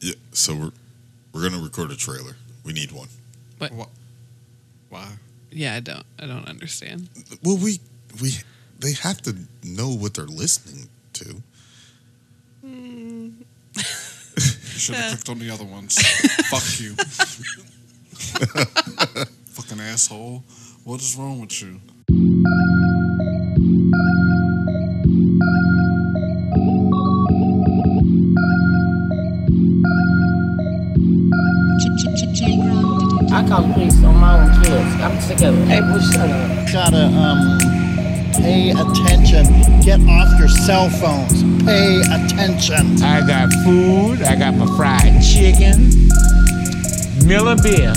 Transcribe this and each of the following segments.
Yeah, so we're we're gonna record a trailer. We need one. Why? Yeah, I don't. I don't understand. Well, we we they have to know what they're listening to. You should have clicked on the other ones. Fuck you. Fucking asshole. What is wrong with you? I call the police on my own kids. I'm sick of it. April, shut up. gotta um, pay attention. Get off your cell phones. Pay attention. I got food. I got my fried chicken, Miller beer.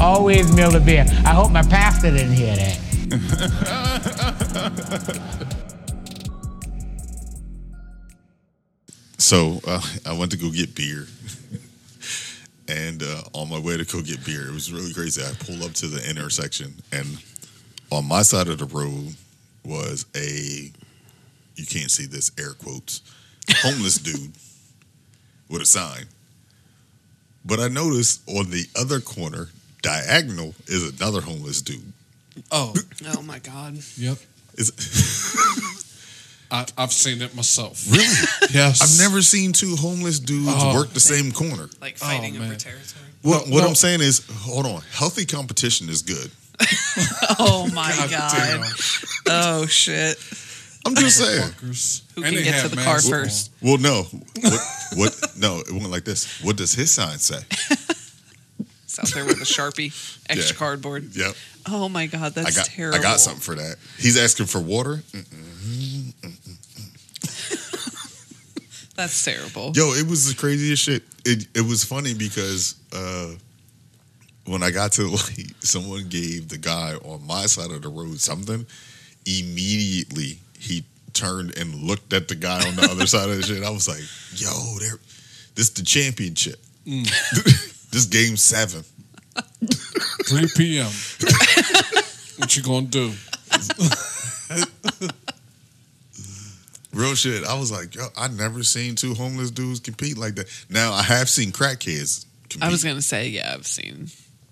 Always Miller beer. I hope my pastor didn't hear that. So uh, I went to go get beer, and uh, on my way to go get beer, it was really crazy. I pulled up to the intersection, and on my side of the road was a you can't see this air quotes homeless dude with a sign. But I noticed on the other corner, diagonal, is another homeless dude. Oh, Oh my god. yep. Is I, I've seen it myself. really, Yes. I've never seen two homeless dudes Oh. work the same corner. Like fighting over man. territory. Well, what no. I'm saying is, hold on, healthy competition is good. Oh my God god. damn, Oh shit. I'm just saying. fuckers. Who can And they get to have the car masks on. first? Well, no. What? what no, it went like this. What does his sign say? It's out there with a sharpie, extra Yeah. cardboard. Yep, Oh my god, that's I got. terrible. I got something for that. He's asking for water. That's terrible. Yo, it was the craziest shit. It it was funny because uh, when I got to like someone gave the guy on my side of the road something, immediately he turned and looked at the guy on the other side of the shit. I was like, yo, there this the championship. this game seven. 3 p.m. what you gonna do? Real shit. I was like, yo, I never seen two homeless dudes compete like that. Now I have seen crack kids compete. I was gonna say yeah. I've seen.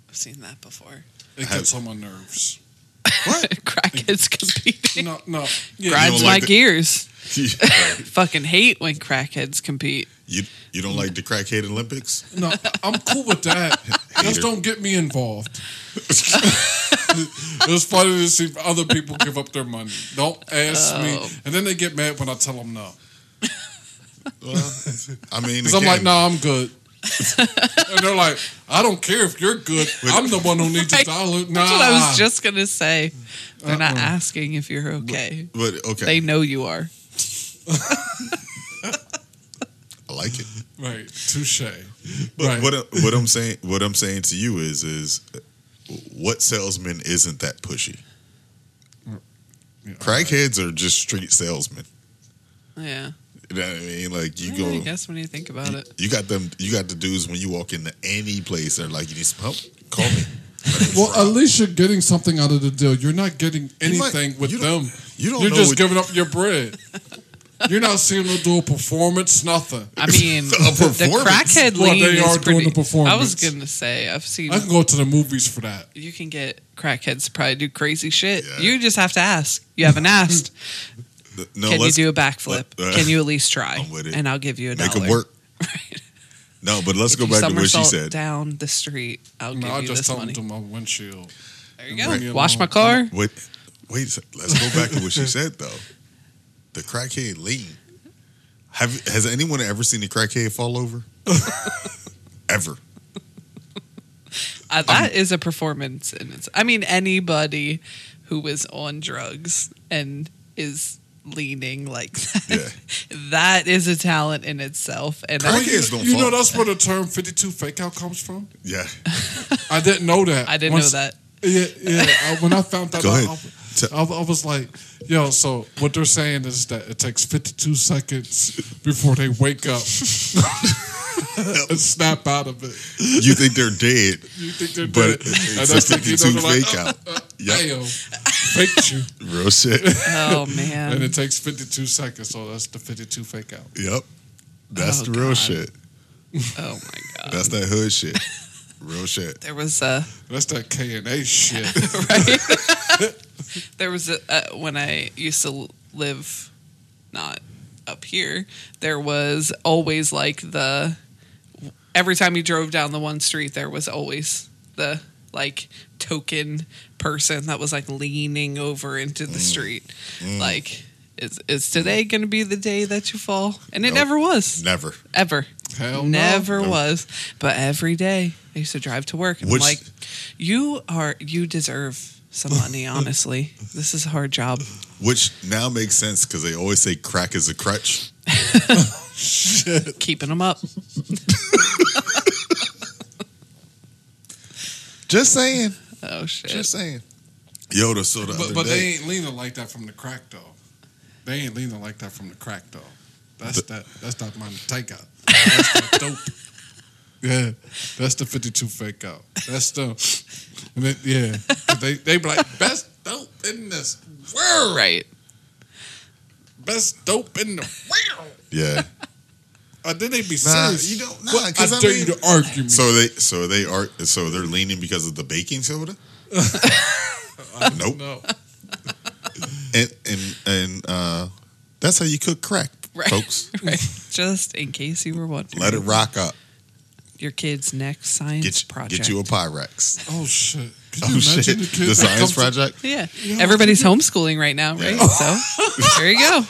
I've seen that before. It gets on my nerves. Crackheads competing. No, no. Yeah, Grinds don't my like the- gears. gonna Fucking hate when crackheads compete. you, you don't like the crackhead Olympics? No, I'm cool with that. Hater. Just don't get me involved. it was funny to see other people give up their money. Don't ask Oh. me. And then they get mad when I tell them no. Well, I mean, Because I'm again, like, no, I'm good. and they're like, I don't care if you're good. I'm the one who needs a Right. dollar. Nah. That's what I was just gonna say. They're not asking if you're okay. Uh-uh. But okay, They know you are. I like it. Right. Touche. But right. what I- what I'm saying what I'm saying to you is is what salesman isn't that pushy? Crackheads are just street salesmen. Yeah. You know what I mean? Like you Yeah, I go, guess when you think about it. you got them, you got the dudes when you walk into any place. They're like, you need some help? Call me. well, at least you're getting something out of the deal. You're not getting You might- anything with you don't- them. you don't You're know just what- giving up your bread. you're not seeing them do a performance, nothing. I mean, the performance. crackhead Well, lean they is are doing pretty. the performance. I was gonna say I've seen I can go to the movies for that. you can get crackheads to probably do crazy shit. Yeah. You just have to ask. You haven't asked. No, Can you let's do a backflip? let- uh, can you at least try? I'm with it. And I'll give you a make dollar. them work? Right. No, but let's If go you back to what she somersault said. Down the street, I'll No, give I you just this tell money. them to my windshield. There you go. Right. Wash my car. Wait, wait. a sec. Let's go back to what she said though. The crackhead lean. Have has anyone ever seen a crackhead fall over? ever. Uh, that is a performance, and it's. I mean, anybody who is on drugs and is leaning like that, Yeah. that is a talent in itself. And Crack I, Crackheads don't you fall. know that's where the term 52 fake out comes from? Yeah. I didn't know that. I didn't Once- know that. Yeah, yeah. I, when I found that Go out, ahead. T- I, I, I was like, yo, so what they're saying is that it takes 52 seconds before they wake up and snap out of it. You think they're dead, You think they're but it- doing it. it's And a that's the key, 52 they're like, "Oh, fake out. Damn, Yep. faked you. Real shit. Oh And man, it takes 52 seconds, so that's the 52 fake out. Yep. That's Oh, the real God. shit. Oh my god. That's that hood shit. Real shit. There was uh, a That's that K and A shit. right. there was a uh, when I used to live not up here. There was always like the every time you drove down the one street, there was always the like token person that was like leaning over into Mm. the street, like. Is, is today going to be the day that you fall? And it Nope. never was, Never. ever. Hell no. Never No. was, but every day I used to drive to work. And Which- I'm like, you are, you deserve some money. Honestly, this is a hard job. Which now makes sense because they always say crack is a crutch. Keeping them up. Just saying. Oh shit! Just saying. Yoda. So the But other but day, they ain't leaning like that from the crack though. They ain't leaning like that from the crack though. That's that. That's not my take out. That's the dope. Yeah, that's the fifty-two fake out. That's the. And then, yeah, they they be like best dope in this world. right. Best dope in the world. yeah. And then they be Nah, serious. you don't- nah, What- 'cause I, I dare mean- you to argue me. So they so they are so they're leaning because of the baking soda. nope. no, And and and uh, that's how you cook crack, Right. folks. Right. Just in case you were wondering, Let it rock up. your kid's Get next science project. get you a Pyrex. oh shit. Could Oh you imagine shit! the kid The that comes science to- project. yeah. Everybody's homeschooling right now, right? Yeah. So there you go.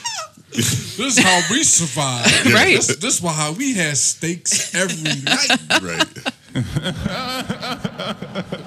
This is how we survive. Right. This, this is how we had steaks every night. right.